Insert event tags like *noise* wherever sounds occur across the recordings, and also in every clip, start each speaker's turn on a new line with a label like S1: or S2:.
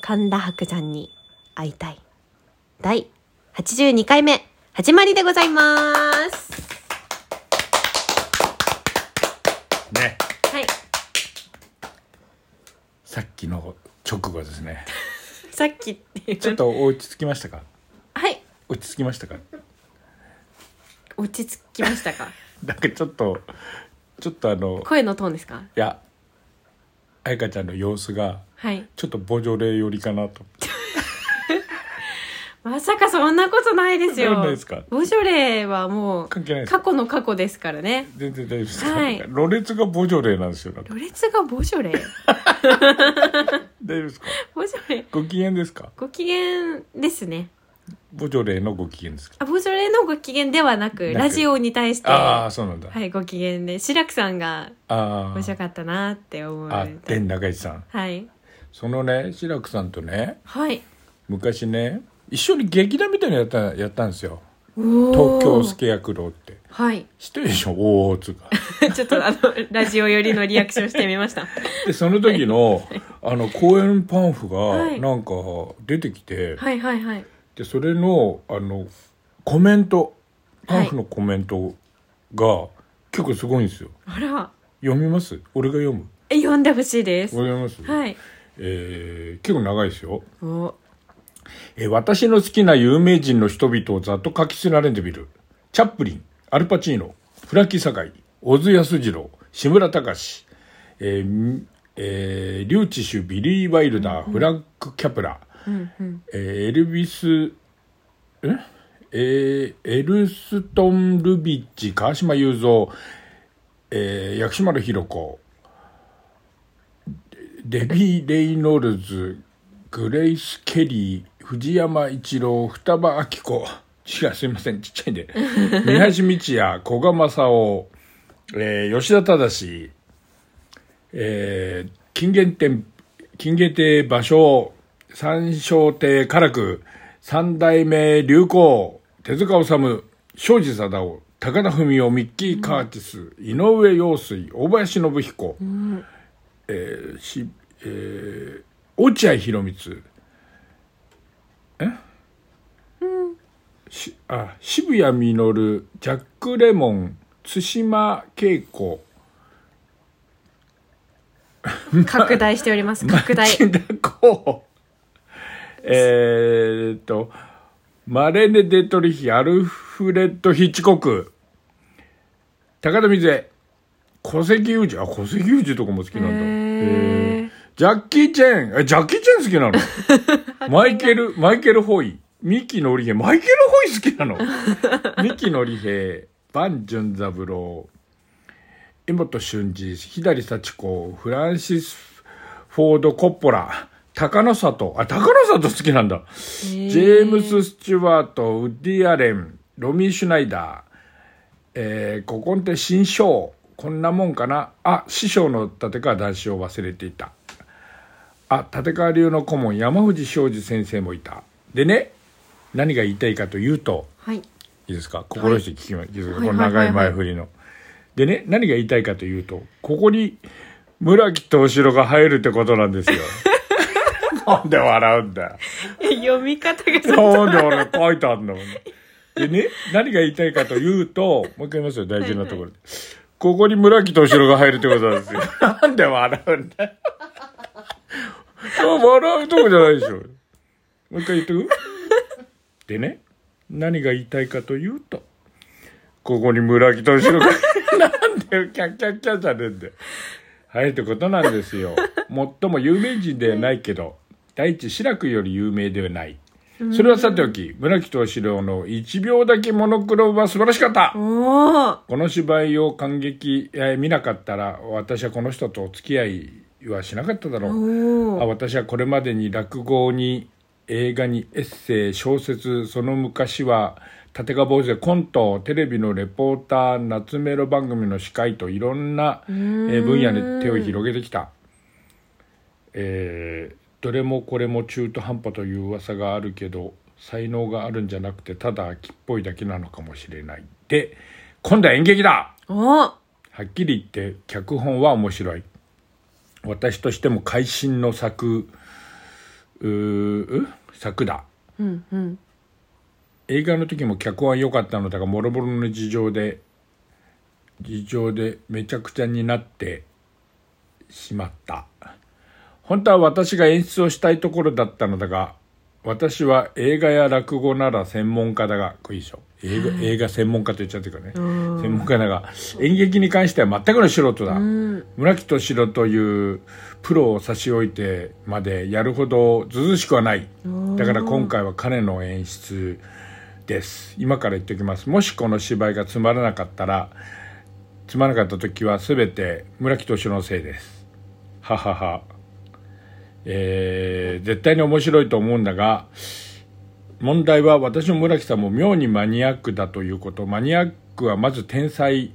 S1: 神田伯山に会いたい。第82回目、始まりでございます。
S2: ね
S1: はい。
S2: さっきの直後ですね
S1: さっきっていう。
S2: ちょっと落ち着きましたか
S1: はい。
S2: 落ち着きましたか
S1: 落ち着きましたか *laughs*
S2: なんかちょっとちょっとあの
S1: 声のトーンですか
S2: いや彩香ちゃんの様子が
S1: はい。
S2: ちょっとボジョレー寄りかなと
S1: まさかそんなことないですよ。
S2: そんなことないですか
S1: ボジョレーはもう、
S2: 関係ないです
S1: 過去の過去ですからね。
S2: 全然大丈夫ですか、
S1: はい
S2: ろれつがボジョレーなんですよなんか
S1: ロレツがボジョレー
S2: 大丈夫ですか
S1: *laughs* ボジョレー
S2: ご機嫌ですか
S1: ご機嫌ですね。
S2: ボジョレーのご機嫌ですか
S1: あ、ボジョレーのご機嫌ではなく、
S2: なく
S1: ラジオに対して、
S2: あ
S1: は
S2: あそうなんだ、
S1: い、ご機嫌で、志らくさんが
S2: あ
S1: 面白かったなって思う。
S2: ああ天中一さん
S1: はい。
S2: そのね志らくさんとね
S1: はい。
S2: 昔ね一緒に劇団みたいなのやったやったんですよ
S1: 東
S2: 東京助役郎って
S1: はい。
S2: 知ってるでしょおおつうか
S1: *laughs* ちょっとあの、ラジオ寄りのリアクションしてみました。
S2: でその時のあの公演パンフ
S1: は
S2: が
S1: い
S2: なんか出てきて、
S1: はいはいはい。
S2: でそれのあのコメントパンフのコメントが結構すごいんですよ
S1: あら、
S2: 読みます俺が読む
S1: え、読んでほしいです。
S2: 俺が読みます、
S1: はい。
S2: えー結構長いですよ
S1: お、
S2: えー私の好きな有名人の人々をざっと書き連ねてみる。チャップリン、アルパチーノ、フラキ酒井、小津安二郎、志村隆史、えーみえーリューチシュ、ビリー・ワイルダー、フランク・キャプラ、えーエルビス、ええーエルストン・ルビッチ、川島雄三、えー薬師丸ひろ子、デビー・レイノルズ、グレイス・ケリー、藤山一郎、双葉明子。違う、すいません、ちっちゃいんで。三橋道也、古賀正夫、えー吉田正、えー金元店、金元亭芭蕉、三笑亭唐久、三代目流行、手塚治虫、庄司貞夫、高田文夫、ミッキー・カーティス、井上陽水、大林信彦、えーしえー落合博満え、しあ渋谷実ジャック・レモン対馬恵子
S1: 拡大しており
S2: *laughs*
S1: ます。拡大。
S2: 町田
S1: *laughs*
S2: 子えーっとマレネ・デトリヒアルフレッド・ヒッチコック高田瑞恵戸籍裕二あ戸籍裕二とかも好きなんだ
S1: へー
S2: へージャッキー・チェーンえジャッキー・チェーン好きなのマイケルマイケル・ホイミキ・ノリヘイマイケル・ホイ好きなのミキ・ノリヘイバン・ジュン・ザブロー江本俊二左幸子フランシス・フォード・コッポラ高野里あ高野里好きなんだジェームス・スチュワート、ウッディ・アレン、ロミー・シュナイダー、えー、ここんて新章、こんなもんかな。あ、師匠の立川談志を忘れていた。あ、立川流の顧問、山藤昌司先生もいた。でね、何が言いたいかというと、
S1: はい。
S2: いいですか心して聞きます。いいですか
S1: はい
S2: この長
S1: はい
S2: い
S1: はいはい
S2: 前振りの。でね、何が言いたいかというと、ここに村木敏郎が入るってことな
S1: *laughs*
S2: んですよ。なんで笑うんだよ。
S1: 読み方がさ、
S2: なんであれ書いてあるんだもんね。でね、何が言いたいかというと、もう一回言いますよ、大事なところで。ここに村木敏郎が入るってことなんですよ。なんで笑うんだよ。笑うとこじゃないでしょ。もう一回言っとくでね、何が言いたいかというと、ここに村木敏郎が、なんでよキャッキャッキャじゃねえんだよ。入るってことなんですよ。 *laughs* 最も有名人ではないけど、第一、志らくより有名ではない。それはさておき、村木敏郎の1秒だけモノクロは素晴らしかった
S1: おー
S2: この芝居を感激、えー見なかったら、私はこの人とお付き合いはしなかっただろう。
S1: お
S2: あ
S1: ー
S2: 私はこれまでに落語に映画にエッセイ小説その昔は立川坊主でコントテレビのレポーター夏メロ番組の司会といろんなえー分野に手を広げてきた、えーどれもこれも中途半端という噂があるけど才能があるんじゃなくてただ秋っぽいだけなのかもしれないで今度は演劇だ
S1: おー
S2: はっきり言って脚本は面白い私としても会心の作ううー桜
S1: うんうん
S2: 映画の時も脚本良かったのだがボロボロの事情で事情でめちゃくちゃになってしまった本当は私が演出をしたいところだったのだが私は映画や落語なら専門家だがこれいいでしょ映画映画専門家と言っちゃってるからね専門家だが演劇に関しては全くの素人だ村木敏郎というプロを差し置いてまでやるほどずうずうしくはないだから今回は彼の演出です今から言っておきますもしこの芝居がつまらなかったらつまらなかった時は全て村木敏郎のせいですはははえー絶対に面白いと思うんだが問題は私も村木さんも妙にマニアックだということマニアックはまず天才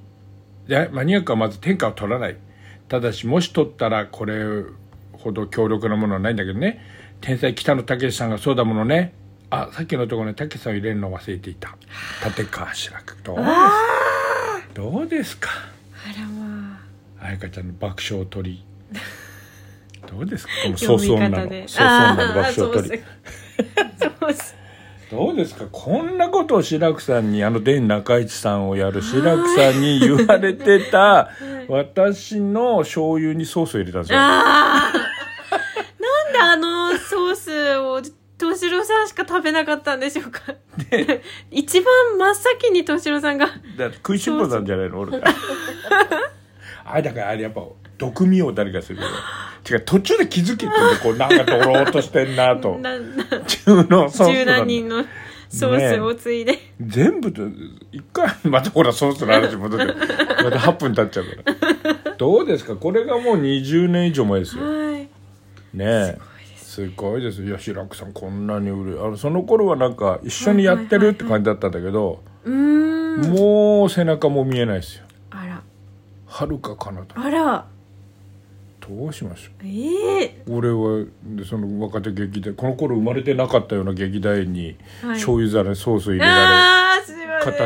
S2: えマニアックはまず天下を取らないただしもし取ったらこれほど強力なものはないんだけどね天才北野武さんがそうだものねあさっきのところね武さんを入れるの忘れていた立川志らくどうですどうですか
S1: あらま
S2: 彩香ちゃんの爆笑取
S1: *laughs*
S2: りどうですかこの
S1: あ
S2: 早々な
S1: 方
S2: の
S1: で
S2: 早々なの爆笑取り
S1: そうす
S2: どうですかこんなことを白くさんにあの伝中市さんをやる白くさんに言われて
S1: *laughs*
S2: た私の醤油にソースを入れたんですよ
S1: あーなんであのソースを敏郎さんしか食べなかったんでしょうか
S2: で
S1: *laughs* 一番真っ先に敏郎さんが
S2: だって食いしん坊なんじゃない
S1: *laughs*
S2: の俺があれだからあれやっぱ毒味を誰かするよ違う途中で気づけてねこうなんか取ろうとしてんなと
S1: *laughs* なな
S2: 中のソース
S1: 十
S2: な
S1: 何
S2: ん
S1: 人
S2: だ
S1: のソースを継いで、
S2: 全部と一回またほらソースの話戻って
S1: *laughs*
S2: また8分経っちゃうからどうですかこれがもう20年以上前ですよ
S1: はい
S2: ねえすごいですよ白くさんこんなに売れあのその頃はなんか一緒にやってるって感じだったんだけど、
S1: うーん
S2: もう背中も見えないですよ
S1: あら
S2: はるか彼方
S1: あら
S2: どうしましょ
S1: ええ
S2: う俺はでその若手劇団この頃生まれてなかったような劇団員に
S1: はい
S2: 醤油皿にソース入れられ、
S1: ああすいません
S2: 片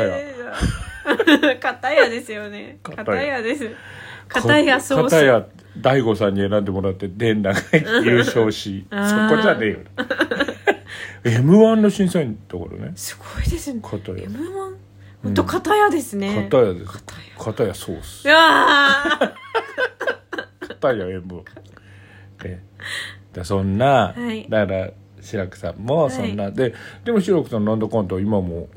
S1: や *laughs* 片やですよね
S2: 片や
S1: 片やです片やソース
S2: 片や大悟さんに選んでもらってで長い *laughs* 優勝しそ
S1: *laughs* あー
S2: こじゃねえよ *laughs* m 1の審査員のところね
S1: すごいですね
S2: 片や
S1: M1 本当片やですね
S2: 片やです
S1: 片や
S2: 片やソース
S1: うわー
S2: 片や m 1でだそんな、
S1: はい
S2: だから白くさんもそんな、ででも白くさんのなんだかんだ今も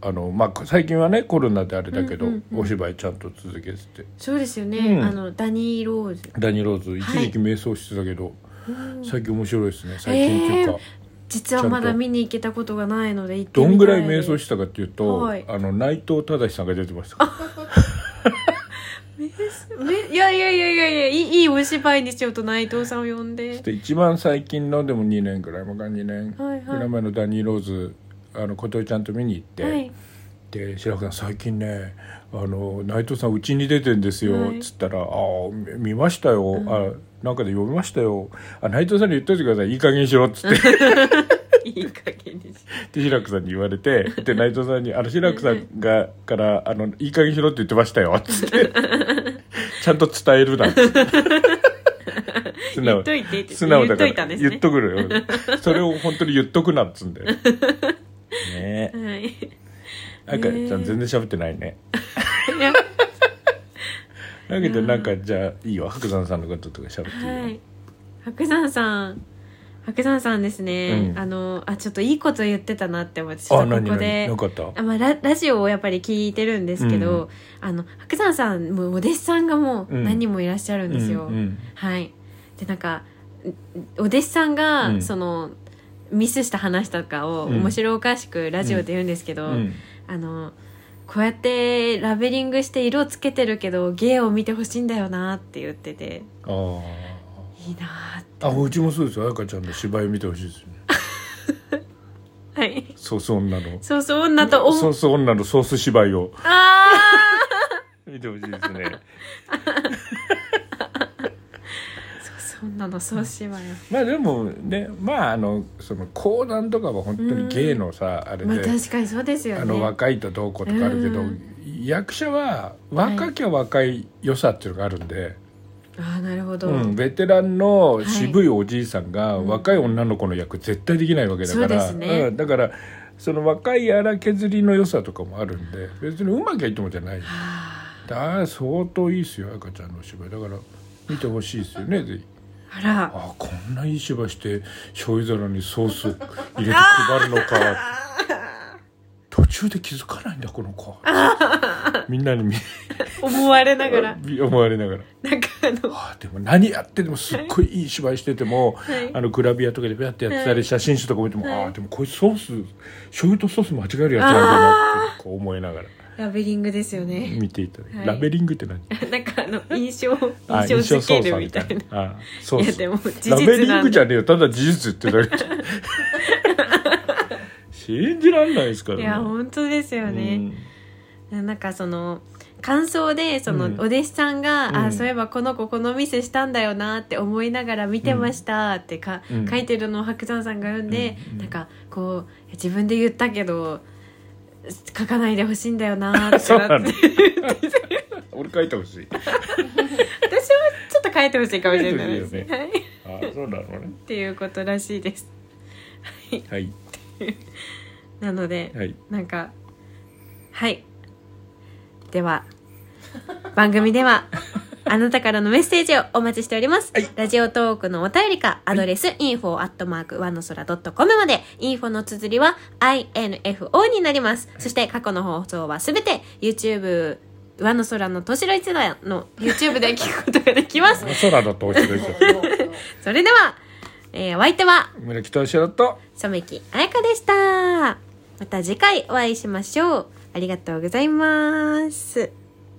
S2: あの、まあ、最近はねコロナであれだけど、
S1: うんうんうん
S2: お芝居ちゃんと続けてて
S1: そうですよね、
S2: うん
S1: あのダニー・ローズ
S2: ダニーローズ一時期迷走してたけど、最近面白いですね最近っていうか。
S1: えー実はまだ見に行けたことがないので行ってみ
S2: ど
S1: たい
S2: んぐらい迷走したかっていうと、
S1: はい
S2: あの内藤忠さんが出てましたから
S1: めいやいやいやいやいやいいいいお芝居にしようと内藤さんを呼ん
S2: そ
S1: で
S2: して一番最近のでも2年ぐらい前か2年
S1: はいはい
S2: ぐらい前のダニー・ローズあの琴恵ちゃんと見に行って、
S1: はい
S2: で白川さん最近ねあの内藤さんうちに出てんですよ、
S1: はい
S2: つったら「ああみ見ましたよ、あなんかで読みましたよあ内藤さんに言っといてくださいいい加減にしろ」っつって
S1: いい加減にし
S2: で白くさんに言わ
S1: *laughs*
S2: れてで内藤さんに「あの白くさんがからあのいい加減にしろって言ってましたよ」っ
S1: *laughs*
S2: つって「ちゃんと伝えるな」っつって素
S1: 言
S2: 直
S1: っといてって
S2: 素直
S1: 言っ
S2: だ
S1: と
S2: か
S1: いた
S2: ら
S1: んです
S2: 言っ
S1: ね
S2: とくるよそれを本当に言っとくなっつうんだ
S1: *laughs*
S2: よねえ
S1: はいい
S2: あかちゃん全然喋ってないね
S1: や
S2: あかちゃんなんかじゃあいいよ白山さんのこととか喋っていいよ
S1: はい白山さん白山さんですね、
S2: うん
S1: あのあちょっといいこと言ってたなって思ってちょ
S2: あ
S1: っとこ
S2: 何
S1: こ
S2: 何
S1: で
S2: なかった
S1: あ、まあ、ララジオをやっぱり聞いてるんですけど、あの白山さんもうお弟子さんがもう
S2: うん
S1: 何人もいらっしゃるんですよ、
S2: うんうん
S1: はいでなんかお弟子さんが、
S2: うん
S1: そのミスした話とかを
S2: うん
S1: 面白おかしくラジオで言うんですけど、
S2: うん
S1: あのこうやってラベリングして色つけてるけど芸を見てほしいんだよなって言ってて
S2: あー
S1: いいなーって
S2: あうちもそうですよあかちゃんの芝居見てほしいですよね
S1: はい
S2: そうそう女の
S1: そうそう女とお
S2: ソース女のソース芝居を
S1: あ
S2: 見てほしいですね。
S1: あそんなのそうしまよ
S2: *laughs* まあでもね、まああのその講談とかは本当に芸のさ、あれ
S1: まあ
S2: で、
S1: 確かにそうですよね
S2: あの若いとどうこうとかあるけど、
S1: う
S2: 役者は若きゃ若い良さっていうのがあるんで、
S1: ああなるほど、
S2: うん、ベテランの渋いおじいさんが若い女の子の役絶対できないわけだから、
S1: そうですね
S2: んだからその若い荒削りの良さとかもあるんで別にうまきゃいいってもんじゃない
S1: あ
S2: だ相当いいですよ赤ちゃんのお芝居だから見てほしいですよねぜひ
S1: ーあら
S2: あこんないい芝居して醤油皿にソース入れて配るの
S1: *laughs*
S2: か途中で気づかないんだこの子みんなに見
S1: 思われながら
S2: 見思われながら
S1: なんかあの
S2: あでも何やっててもすっごいいい芝居してても、
S1: はい
S2: あのグラビアとかでペアってやってたり、写真集とか見ても、ああでもこいつソース醤油とソース間違えるやつなんだなってこう思いながら
S1: ラベリングですよね、
S2: 見ていただいて、
S1: はい
S2: ラベリングって何
S1: *laughs* なんかあの印象
S2: あ
S1: 印象付けるみたいな
S2: 印象操作みたいなあソー
S1: い
S2: ス
S1: やでも事実な
S2: ラ
S1: んで
S2: ベリングじゃねえよただ事実ってだけ
S1: *laughs*
S2: 信じらんないですから
S1: い
S2: ね
S1: や本当ですよね、なんかその感想でその
S2: うん
S1: お弟子さんが、
S2: うん
S1: あそういえばこの子この店したんだよなって思いながら見てましたってか、
S2: うん
S1: 書いてるのを白山さんが読んで、
S2: うん
S1: なんかこう自分で言ったけど書かないでほしいんだよなってなって *laughs* 私は
S2: *laughs* そうなの俺書いてほしい
S1: ちょっと書いてほしいかもしれないです
S2: 書いてほしいよね
S1: はい、っ
S2: あそうなのね
S1: ていうことらしいです
S2: はい
S1: なので、
S2: はい
S1: なんかはいでは番組で
S2: *laughs*
S1: はあなたからのメッセージをお待ちしております、
S2: はい
S1: ラジオトークのお便りかアドレス、info アットマークワの空 .com まで info の綴りは info になります、そして過去の放送はすべて YouTube ワの空の年ろ一代の YouTube で聞くことができます
S2: 空だとおいしいですよ
S1: *laughs* それでは、えー、お相手は
S2: 村北しらと
S1: 染木彩香でしたまた次回お会いしましょうありがとうございます